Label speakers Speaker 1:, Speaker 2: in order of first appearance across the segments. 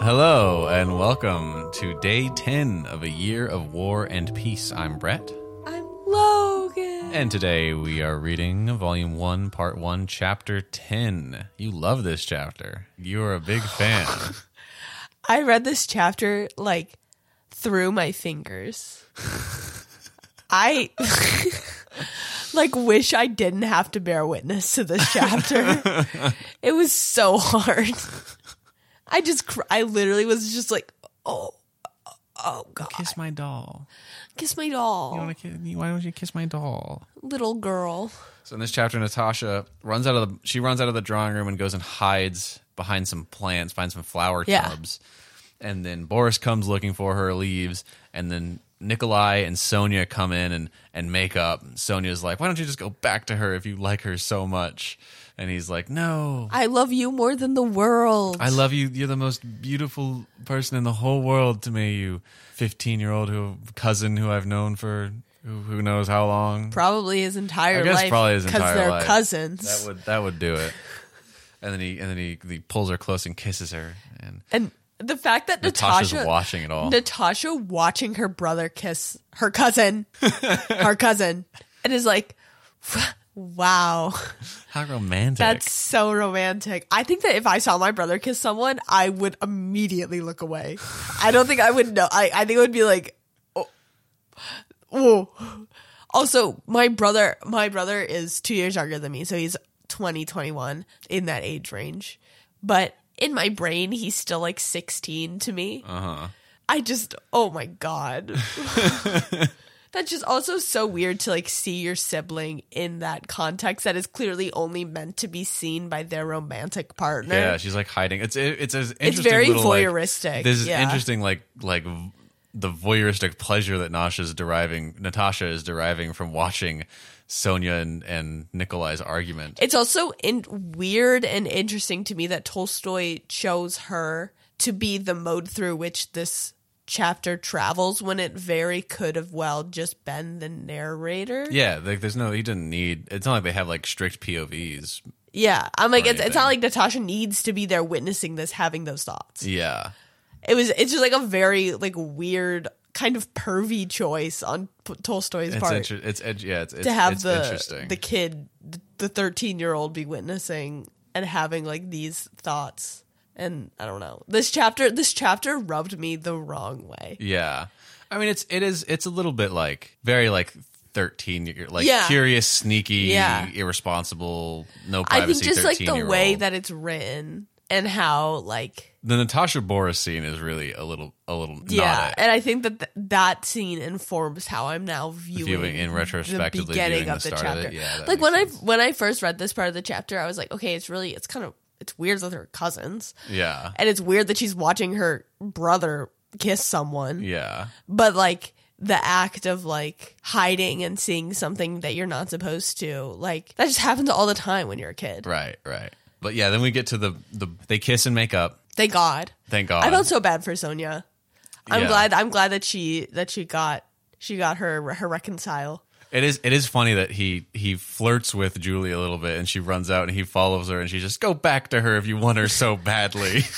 Speaker 1: Hello and welcome to day 10 of a year of war and peace. I'm Brett,
Speaker 2: I'm Logan.
Speaker 1: and today we are reading Volume 1, Part 1, Chapter 10. You love this chapter. You are a big fan.
Speaker 2: I read this chapter like through my fingers. I like wish I didn't have to bear witness to this chapter. it was so hard. I just cr- I literally was just like, "Oh, oh god. Kiss,
Speaker 1: kiss my doll.
Speaker 2: my doll,
Speaker 1: to kiss, why don't you kiss my doll?
Speaker 2: little girl."
Speaker 1: So in this chapter, Natasha runs out of the she runs out of the drawing room and goes and hides behind some plants, finds some flower
Speaker 2: Yeah.
Speaker 1: tubs, and then Boris comes looking for her, leaves, and then Nikolai and Sonia come in and and make up. And Sonia's like, "Why don't you just go back to her if you like her so much?" And he's like, "No,
Speaker 2: I love you more than the world.
Speaker 1: I love you. You're the most beautiful person in the whole world to me. You, fifteen year old who cousin who I've known for who, who knows how long."
Speaker 2: probably his entire
Speaker 1: I guess
Speaker 2: life
Speaker 1: probably his entire
Speaker 2: they're
Speaker 1: life.
Speaker 2: cousins.
Speaker 1: That would that would do it. And then he and then he, he pulls her close and kisses her. And
Speaker 2: And the fact that
Speaker 1: Natasha's
Speaker 2: Natasha
Speaker 1: watching it all.
Speaker 2: Natasha watching her brother kiss her cousin, her cousin, and is like, "Wow,
Speaker 1: How romantic!
Speaker 2: that's so romantic." I think that if I saw my brother kiss someone, I would immediately look away. I don't think I would know. I, I think it would be like, oh, oh. Also, my brother, my brother is two years younger than me, so he's 20, 21 in that age range. But in my brain, he's still like sixteen to me.
Speaker 1: uh-huh.
Speaker 2: I just, oh my God. That's just also so weird to like see your sibling in that context that is clearly only meant to be seen by their romantic partner.
Speaker 1: Yeah, she's like hiding. It's it, it's as interesting.
Speaker 2: it's very
Speaker 1: little, like-
Speaker 2: voyeuristic.
Speaker 1: this is
Speaker 2: yeah.
Speaker 1: interesting. Like like v- the voyeuristic pleasure that Natasha's deriving. Natasha is deriving from watching Sonia and and Nikolai's argument.
Speaker 2: It's also in- weird and interesting to me that Tolstoy chose her to be the mode through which this chapter travels when it very could have well just been the narrator.
Speaker 1: yeah, like there's no. He didn't need. It's not like they have like strict POVs.
Speaker 2: Yeah. I'm like, it's, it's
Speaker 1: anything.
Speaker 2: not like Natasha needs to be there witnessing this, having those thoughts.
Speaker 1: Yeah.
Speaker 2: it was it's just like a very like weird kind of pervy choice on P- Tolstoy's
Speaker 1: It's
Speaker 2: part
Speaker 1: inter- it's ed- yeah it's, it's
Speaker 2: to have
Speaker 1: it's
Speaker 2: the
Speaker 1: interesting.
Speaker 2: the kid the 13 year old be witnessing and having like these thoughts and I don't know this chapter this chapter rubbed me the wrong way
Speaker 1: Yeah. I mean it's it is it's a little bit like very like 13 year like
Speaker 2: Yeah.
Speaker 1: curious, sneaky,
Speaker 2: Yeah.
Speaker 1: irresponsible, no privacy
Speaker 2: I think just like the
Speaker 1: 13-year-old.
Speaker 2: way that it's written and how like
Speaker 1: the Natasha Boris scene is really a little a little
Speaker 2: yeah
Speaker 1: yeah.
Speaker 2: and I think that th- that scene informs how I'm now viewing,
Speaker 1: Viewing in retrospectively
Speaker 2: the beginning
Speaker 1: viewing
Speaker 2: of
Speaker 1: the
Speaker 2: the,
Speaker 1: start of it.
Speaker 2: chapter
Speaker 1: Yeah, that
Speaker 2: like
Speaker 1: makes
Speaker 2: when
Speaker 1: sense.
Speaker 2: I when I first read this part of the chapter I was like okay it's really it's kind of it's weird that they're cousins
Speaker 1: yeah.
Speaker 2: and it's weird that she's watching her brother kiss someone
Speaker 1: Yeah.
Speaker 2: but like the act of like hiding and seeing something that you're not supposed to like that just happens all the time when you're a kid
Speaker 1: Right, right. But yeah, then we get to the the they kiss and make up.
Speaker 2: thank god
Speaker 1: Thank God.
Speaker 2: I felt so bad for Sonia. I'm
Speaker 1: Yeah.
Speaker 2: glad. I'm glad that she that she got she got her her reconcile.
Speaker 1: It is it is funny that he he flirts with Julie a little bit and she runs out and he follows her and she just go back to her if you want her so badly.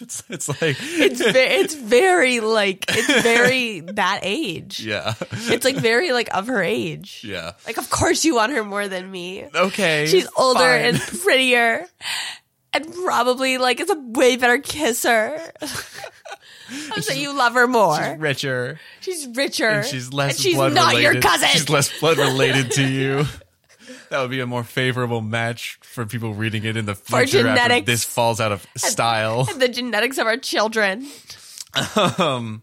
Speaker 1: it's it's like
Speaker 2: It's ve- it's very like it's very that age.
Speaker 1: yeah.
Speaker 2: It's like very like of her age.
Speaker 1: Yeah.
Speaker 2: Like of course you want her more than me.
Speaker 1: Okay.
Speaker 2: She's older
Speaker 1: fine.
Speaker 2: and prettier, and probably like is a way better kisser. I'm saying you love her more.
Speaker 1: richer.
Speaker 2: She's, richer.
Speaker 1: And she's less
Speaker 2: and she's
Speaker 1: blood
Speaker 2: not
Speaker 1: related.
Speaker 2: your cousin.
Speaker 1: She's less blood related to you. That would be a more favorable match for people reading it in the
Speaker 2: For
Speaker 1: future after
Speaker 2: genetics.
Speaker 1: this falls out of style.
Speaker 2: the genetics of our children.
Speaker 1: Uh,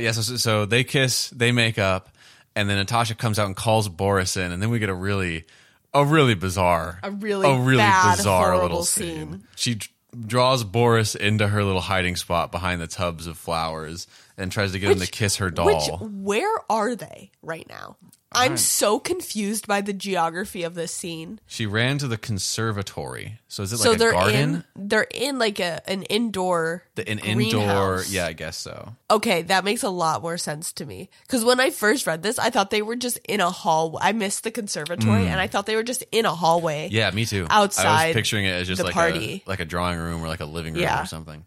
Speaker 1: yeah, so, so so they kiss, they make up, and then Natasha comes out and calls Boris in, and then we get a really, a really bizarre,
Speaker 2: A really
Speaker 1: a really
Speaker 2: bad,
Speaker 1: bizarre
Speaker 2: horrible
Speaker 1: little scene.
Speaker 2: scene.
Speaker 1: She d- draws Boris into her little hiding spot behind the tubs of flowers and tries to get him to
Speaker 2: Which-
Speaker 1: kiss her doll.
Speaker 2: Which where are they right now? I'm so confused by the geography of this scene.
Speaker 1: She ran to the conservatory. So is it like
Speaker 2: so
Speaker 1: a
Speaker 2: they're
Speaker 1: garden?
Speaker 2: in they're in like a an indoor
Speaker 1: The- an indoor.
Speaker 2: greenhouse.
Speaker 1: Yeah, I guess so.
Speaker 2: Okay, that makes a lot more sense to me. Cuz when I first read this, I thought they were just in a hall. I missed the conservatory and I thought they were just in a hallway.
Speaker 1: Mm. Yeah, me too. I was
Speaker 2: Outside
Speaker 1: picturing it as just
Speaker 2: the
Speaker 1: like
Speaker 2: party.
Speaker 1: a like a drawing room or like a living room
Speaker 2: Yeah.
Speaker 1: or something.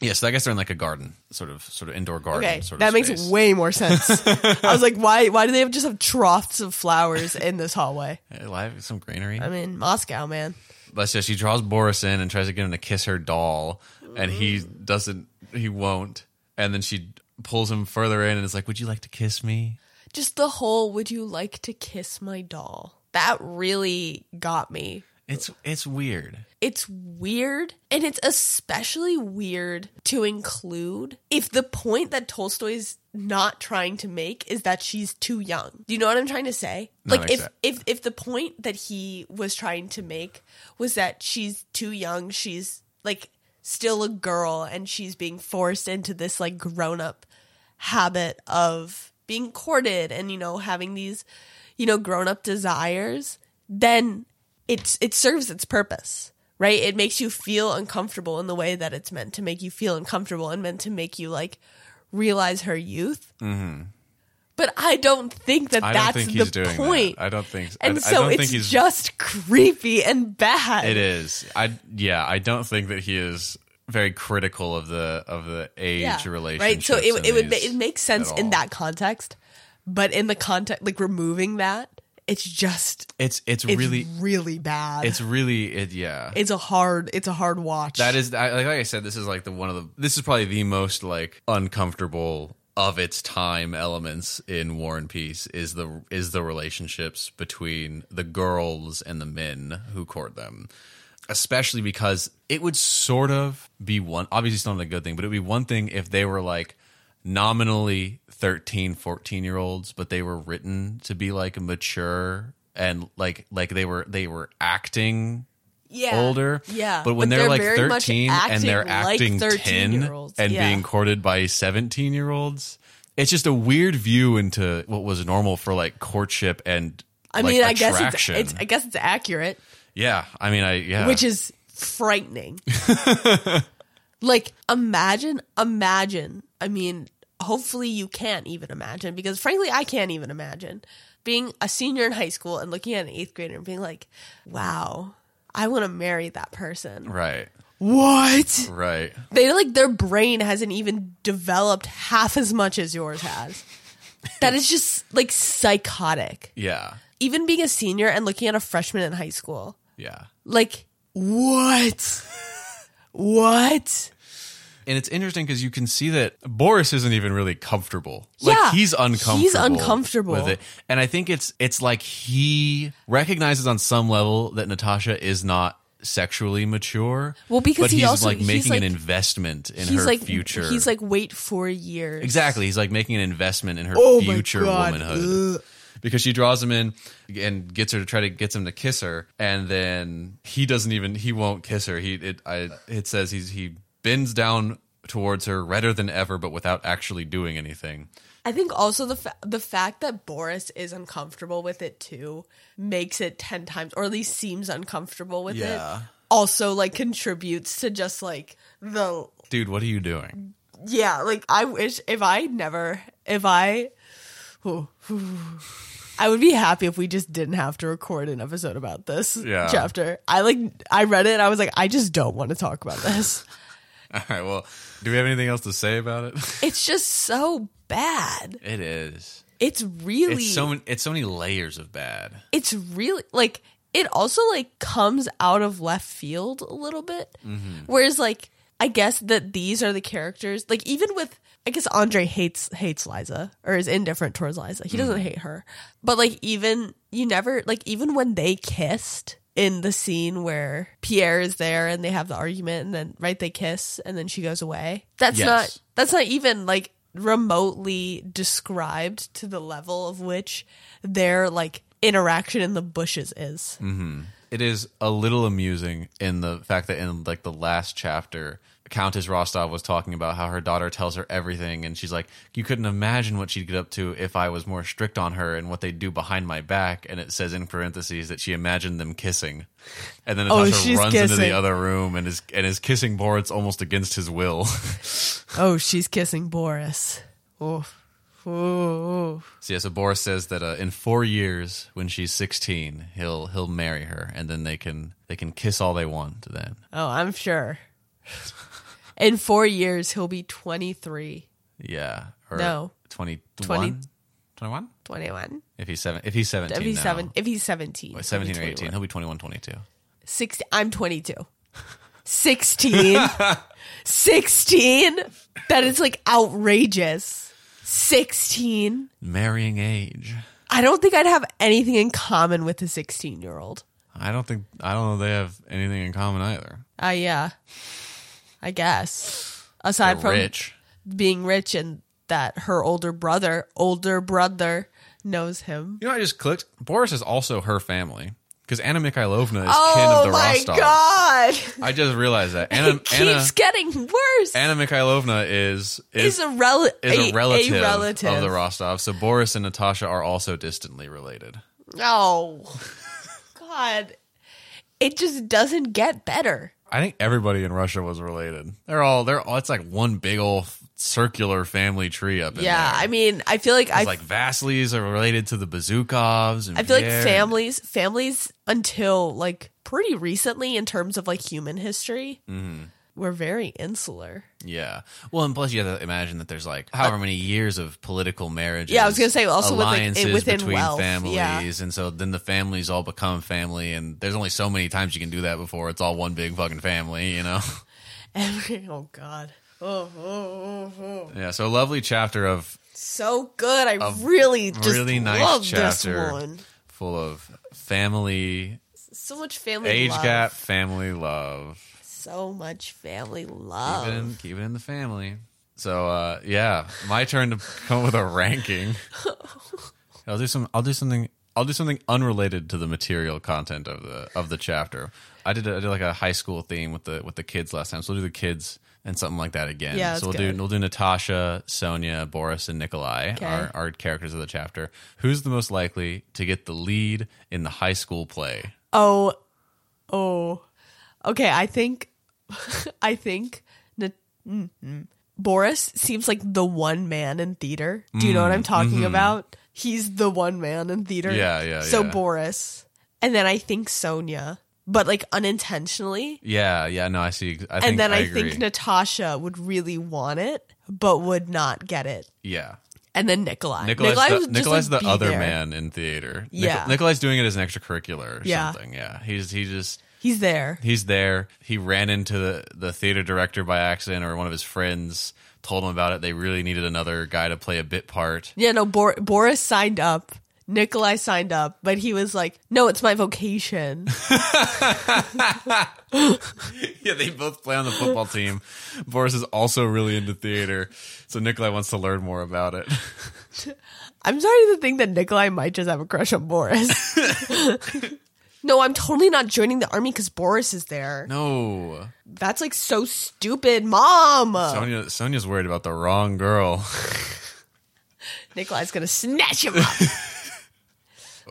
Speaker 1: Yeah, so I guess they're in like a garden, sort of, sort of indoor garden.
Speaker 2: Okay,
Speaker 1: sort of
Speaker 2: that makes
Speaker 1: space.
Speaker 2: way more sense. I was like, why? Why do they have just have troughs of flowers in this hallway?
Speaker 1: Yeah, live some greenery.
Speaker 2: I mean, Moscow, man.
Speaker 1: But yeah, she draws Boris in and tries to get him to kiss her doll, and he
Speaker 2: Mm-hmm.
Speaker 1: doesn't. He won't. And then she pulls him further in and is like, "Would you like to kiss me?"
Speaker 2: Just the whole "Would you like to kiss my doll?" That really got me.
Speaker 1: It's it's weird.
Speaker 2: It's weird, and it's especially weird to include if the point that Tolstoy's not trying to make is that she's too young. Do you know what I'm trying to say?
Speaker 1: No,
Speaker 2: like if
Speaker 1: exact-
Speaker 2: if if the point that he was trying to make was that she's too young, she's like still a girl and she's being forced into this like grown-up habit of being courted and you know having these you know grown-up desires, then it's it serves its purpose right it makes you feel uncomfortable in the way that it's meant to make you feel uncomfortable and meant to make you like realize her youth mm-hmm. but i don't think that
Speaker 1: I
Speaker 2: that's
Speaker 1: don't think he's
Speaker 2: the
Speaker 1: doing
Speaker 2: point
Speaker 1: that. I don't think.
Speaker 2: and
Speaker 1: I,
Speaker 2: so
Speaker 1: I don't
Speaker 2: it's
Speaker 1: think he's.
Speaker 2: just creepy and bad
Speaker 1: it is. I yeah. I don't think that he is very critical of the of the age relationship.
Speaker 2: right so it, it would ma- it makes sense in that context but in the context like removing that it's just
Speaker 1: It's it's,
Speaker 2: it's
Speaker 1: really
Speaker 2: really really bad
Speaker 1: it's really it yeah.
Speaker 2: it's a hard it's a hard watch
Speaker 1: That is I- like, like I said. This is like the one of the. This is probably the most like uncomfortable of its time elements in War and Peace is the is the relationships between the girls and the men who court them. Especially because it would sort of be one. Obviously, it's not a good thing, but it would be one thing if they were like nominally 13 14 year olds but they were written to be like mature and like like they were they were acting
Speaker 2: yeah.
Speaker 1: older.
Speaker 2: Yeah.
Speaker 1: But when
Speaker 2: But
Speaker 1: they're,
Speaker 2: they're
Speaker 1: like
Speaker 2: very much
Speaker 1: 13 and they're
Speaker 2: acting
Speaker 1: acting
Speaker 2: like
Speaker 1: 10
Speaker 2: 13-year-olds.
Speaker 1: and
Speaker 2: Yeah.
Speaker 1: being courted by 17 year olds, it's just a weird view into what was normal for like courtship and
Speaker 2: I
Speaker 1: like,
Speaker 2: mean, I guess it's,
Speaker 1: attraction.
Speaker 2: it's I guess it's accurate,
Speaker 1: yeah. I mean, I, yeah.
Speaker 2: which is frightening. like imagine, imagine. I mean, hopefully you can't even imagine because frankly I can't even imagine being a senior in high school and looking at an 8th grader and being like, "Wow, I want to marry that person."
Speaker 1: right.
Speaker 2: What?
Speaker 1: Right.
Speaker 2: They like their brain hasn't even developed half as much as yours has. That is just like psychotic.
Speaker 1: Yeah.
Speaker 2: even being a senior and looking at a freshman in high school,
Speaker 1: Yeah.
Speaker 2: like what? what?
Speaker 1: And it's interesting because you can see that Boris isn't even really comfortable. Like
Speaker 2: Yeah.
Speaker 1: he's
Speaker 2: He's
Speaker 1: uncomfortable.
Speaker 2: uncomfortable.
Speaker 1: with it. And I think it's it's like he recognizes on some level that Natasha is not sexually mature.
Speaker 2: Well, because
Speaker 1: but
Speaker 2: he
Speaker 1: he's
Speaker 2: also-
Speaker 1: like
Speaker 2: he's
Speaker 1: making
Speaker 2: like-
Speaker 1: an investment in
Speaker 2: He's
Speaker 1: her
Speaker 2: like
Speaker 1: future.
Speaker 2: He's like wait four years.
Speaker 1: exactly. He's like making an investment in her
Speaker 2: Oh my
Speaker 1: future
Speaker 2: God.
Speaker 1: womanhood. Because she draws him in and gets her to try to gets him to kiss her, and then he doesn't even he won't kiss her. He it I it says he's he bends down towards her redder than ever, but without actually doing anything.
Speaker 2: I think also the fa- the fact that Boris is uncomfortable with it too makes it ten times, or at least seems uncomfortable with
Speaker 1: Yeah.
Speaker 2: it. Also, like contributes to just like the
Speaker 1: Dude, what are you doing?
Speaker 2: yeah like i wish if i never if i i would be happy if we just didn't have to record an episode about this
Speaker 1: Yeah.
Speaker 2: chapter i like i read it and i was like i just don't want to talk about this Mm.
Speaker 1: All right. Well, do we have anything else to say about it?
Speaker 2: it's just so bad
Speaker 1: It is.
Speaker 2: it's really
Speaker 1: It's so many, it's so many layers of bad.
Speaker 2: it's really like it also like comes out of left field a little bit
Speaker 1: Mm-hmm.
Speaker 2: whereas like i guess that these are the characters like even with i guess andre hates hates liza or is indifferent towards liza he
Speaker 1: Mm.
Speaker 2: doesn't hate her but like even you never like even when they kissed in the scene where pierre is there and they have the argument and then right they kiss and then she goes away that's
Speaker 1: Yes.
Speaker 2: not that's not even like remotely described to the level of which their like interaction in the bushes is.
Speaker 1: Mm. It is a little amusing in the fact that in like the last chapter, Countess Rostov was talking about how her daughter tells her everything, and she's like, "You couldn't imagine what she'd get up to if I was more strict on her and what they'd do behind my back." And it says in parentheses that she imagined them kissing, and then
Speaker 2: Oh,
Speaker 1: Natasha
Speaker 2: she's
Speaker 1: runs into the
Speaker 2: kissing.
Speaker 1: other room and is and is kissing Boris almost against his will.
Speaker 2: Oh, she's kissing Boris. Oh. Oh.
Speaker 1: So yeah, so Boris says that uh, in four years, when she's sixteen, he'll he'll marry her, and then they can they can kiss all they want. Then
Speaker 2: Oh, I'm sure. Oh, In four years, he'll be 23,
Speaker 1: Yeah. Or
Speaker 2: No.
Speaker 1: 21?
Speaker 2: Twenty-
Speaker 1: 21?
Speaker 2: 21.
Speaker 1: If he's seven, if he's seventeen,
Speaker 2: If he's,
Speaker 1: now,
Speaker 2: seven, if he's
Speaker 1: wait,
Speaker 2: 17. he'll be
Speaker 1: seventeen or
Speaker 2: 21.
Speaker 1: eighteen, he'll be 21, 22.
Speaker 2: 60 I'm 22. 16. 16. That is like outrageous. 16.
Speaker 1: Marrying age.
Speaker 2: I don't think I'd have anything in common with a 16 year old.
Speaker 1: I don't think I don't know they have anything in common either.
Speaker 2: Uh, yeah. I guess.
Speaker 1: They're
Speaker 2: Aside from
Speaker 1: rich.
Speaker 2: being rich and that her older brother, older brother, knows him.
Speaker 1: You know, I just clicked. Boris is also her family because Anna Mikhailovna is
Speaker 2: Oh
Speaker 1: kin of the
Speaker 2: my
Speaker 1: Rostov.
Speaker 2: God.
Speaker 1: I just realized that Anna
Speaker 2: it keeps
Speaker 1: Anna,
Speaker 2: getting worse.
Speaker 1: Anna Mikhailovna is is
Speaker 2: He's a, rel-
Speaker 1: is a, relative
Speaker 2: a relative
Speaker 1: of the Rostov. So Boris and Natasha are also distantly related.
Speaker 2: Oh, God. It just doesn't get better.
Speaker 1: I think everybody in Russia was related. They're all they're all. It's like one big old circular family tree up in
Speaker 2: Yeah,
Speaker 1: there.
Speaker 2: I mean, I feel like I,
Speaker 1: It's like Vasili's are related to the Bazookovs. And
Speaker 2: I feel like
Speaker 1: Pierre.
Speaker 2: families, families until like pretty recently in terms of like human history,
Speaker 1: Mm-hmm.
Speaker 2: were very insular.
Speaker 1: Yeah. Well, and plus you have to imagine that there's like however many years of political marriage.
Speaker 2: Uh, Yeah, I was gonna say, also with, like,
Speaker 1: alliances
Speaker 2: within
Speaker 1: between
Speaker 2: wealth,
Speaker 1: families,
Speaker 2: yeah.
Speaker 1: and so then the families all become family, and there's only so many times you can do that before it's all one big fucking family, you know.
Speaker 2: Every, oh God, oh, oh, oh, oh.
Speaker 1: yeah. So a lovely chapter of
Speaker 2: so good. I really just
Speaker 1: really nice
Speaker 2: love
Speaker 1: chapter.
Speaker 2: this one.
Speaker 1: full of family,
Speaker 2: So much family
Speaker 1: age
Speaker 2: love.
Speaker 1: gap, family love.
Speaker 2: So much family
Speaker 1: Keep
Speaker 2: love.
Speaker 1: it in, keep it in the family. So uh, yeah, my turn to come up with a ranking. I'll do some. I'll do something. I'll do something unrelated to the material content of the of the chapter. I did. A, I did like a high school theme with the with the kids last time. So we'll do the kids and something like that again.
Speaker 2: Yeah, that's
Speaker 1: so we'll
Speaker 2: good.
Speaker 1: do we'll do Natasha, Sonia, Boris, and Nikolai, our, our characters of the chapter. Who's the most likely to get the lead in the high school play?
Speaker 2: Oh, oh. Okay, I think, I think Na- mm-mm. Boris seems like the one man in theater. Do you know what I'm talking about? He's the one man in theater.
Speaker 1: Mm, mm-hmm. Yeah, yeah,
Speaker 2: So
Speaker 1: yeah.
Speaker 2: Boris, and then I think Sonia, but like unintentionally.
Speaker 1: Yeah, yeah. No, I see. I think,
Speaker 2: And then I,
Speaker 1: agree.
Speaker 2: think Natasha would really want it, but would not get it.
Speaker 1: yeah.
Speaker 2: And then Nikolai.
Speaker 1: Nikolai's,
Speaker 2: Nikolai
Speaker 1: the,
Speaker 2: would just,
Speaker 1: Nikolai's
Speaker 2: like,
Speaker 1: the
Speaker 2: be
Speaker 1: other
Speaker 2: there.
Speaker 1: man in theater. Nic-
Speaker 2: Yeah.
Speaker 1: Nikolai's doing it as an extracurricular or
Speaker 2: Yeah.
Speaker 1: something. Yeah, he's he just
Speaker 2: He's there.
Speaker 1: he's there. He ran into the the theater director by accident, or one of his friends told him about it. They really needed another guy to play a bit part.
Speaker 2: Yeah, no, Bor- Boris signed up. Nikolai signed up, but he was like, no, it's my vocation.
Speaker 1: yeah, they both play on the football team. Boris is also really into theater, so Nikolai wants to learn more about it.
Speaker 2: I'm sorry to think that Nikolai might just have a crush on Boris. no, I'm totally not joining the army because Boris is there.
Speaker 1: No,
Speaker 2: That's like so stupid, mom.
Speaker 1: Sonia Sonia's worried about the wrong girl.
Speaker 2: Nikolai's going to snatch him up.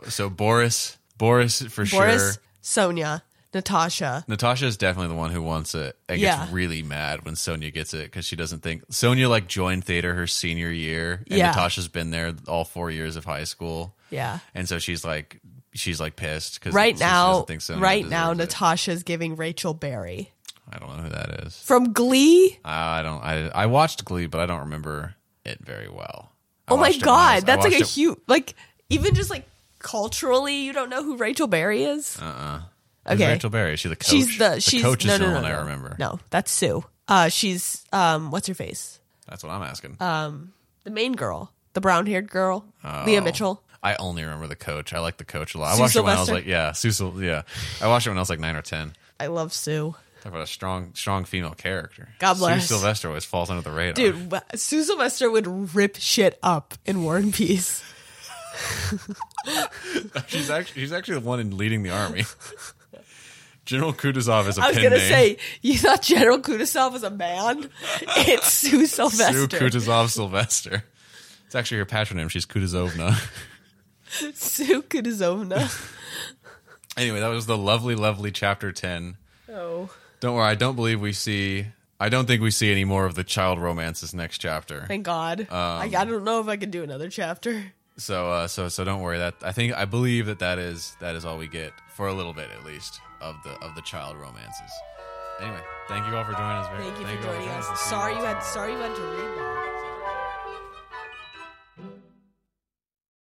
Speaker 1: So Boris, Boris for sure.
Speaker 2: Boris, Sonia, Natasha.
Speaker 1: Natasha is definitely the one who wants it and
Speaker 2: Yeah.
Speaker 1: gets really mad when Sonia gets it because she doesn't think Sonia like joined theater her senior year and
Speaker 2: Yeah.
Speaker 1: Natasha's been there all four years of high school
Speaker 2: Yeah.
Speaker 1: and so she's like she's like pissed because
Speaker 2: Right now, right now, Natasha's giving Rachel Berry
Speaker 1: I don't know who that is.
Speaker 2: from Glee.
Speaker 1: I don't. I I watched Glee, but I don't remember it very well. I
Speaker 2: Oh my
Speaker 1: watched it when I
Speaker 2: god,
Speaker 1: was- I
Speaker 2: that's like a
Speaker 1: watched it-
Speaker 2: huge like even just like culturally, you don't know who Rachel Berry is.
Speaker 1: who's
Speaker 2: okay.
Speaker 1: Rachel Berry. She's Uh, the coach.
Speaker 2: she's the she's
Speaker 1: coach is
Speaker 2: no,
Speaker 1: the
Speaker 2: no, no,
Speaker 1: one
Speaker 2: no.
Speaker 1: I remember.
Speaker 2: No, that's Sue. Uh, she's um, what's her face?
Speaker 1: That's what I'm asking.
Speaker 2: The main girl, the brown haired girl, Leah
Speaker 1: Oh.
Speaker 2: Mitchell.
Speaker 1: I only remember the coach. I like the coach a lot. I
Speaker 2: Sue
Speaker 1: watched it when I was
Speaker 2: Sylvester?
Speaker 1: like, yeah, Susil, yeah. I watched it when I was like nine or ten.
Speaker 2: I love Sue,
Speaker 1: Talk about a strong, strong female character.
Speaker 2: God bless.
Speaker 1: Sue Sylvester always falls under the radar.
Speaker 2: dude. wha- Sue Sylvester would rip shit up in War and Peace.
Speaker 1: she's actually she's actually the one in leading the army. General Kutuzov is a
Speaker 2: I was
Speaker 1: pen
Speaker 2: gonna
Speaker 1: name.
Speaker 2: say, you thought General Kutuzov was a man? It's
Speaker 1: Sue
Speaker 2: Sue Sylvester.
Speaker 1: Kutuzov Sylvester. It's actually her patronym. She's Kutuzovna.
Speaker 2: Sue Kutuzovna.
Speaker 1: anyway, that was the lovely, lovely chapter ten.
Speaker 2: Oh,
Speaker 1: Don't worry, I don't believe we see. I don't think we see any more of the child romances next chapter.
Speaker 2: thank God.
Speaker 1: Um,
Speaker 2: I, I don't know if I can do another chapter.
Speaker 1: So uh, so so don't worry. That I think I believe that that is that is all we get for a little bit at least of the of the child romances. Anyway, thank you all for joining us. Very-
Speaker 2: Thank you for
Speaker 1: all
Speaker 2: joining
Speaker 1: and
Speaker 2: us.
Speaker 1: see
Speaker 2: Sorry
Speaker 1: all
Speaker 2: you had sorry you had to read that.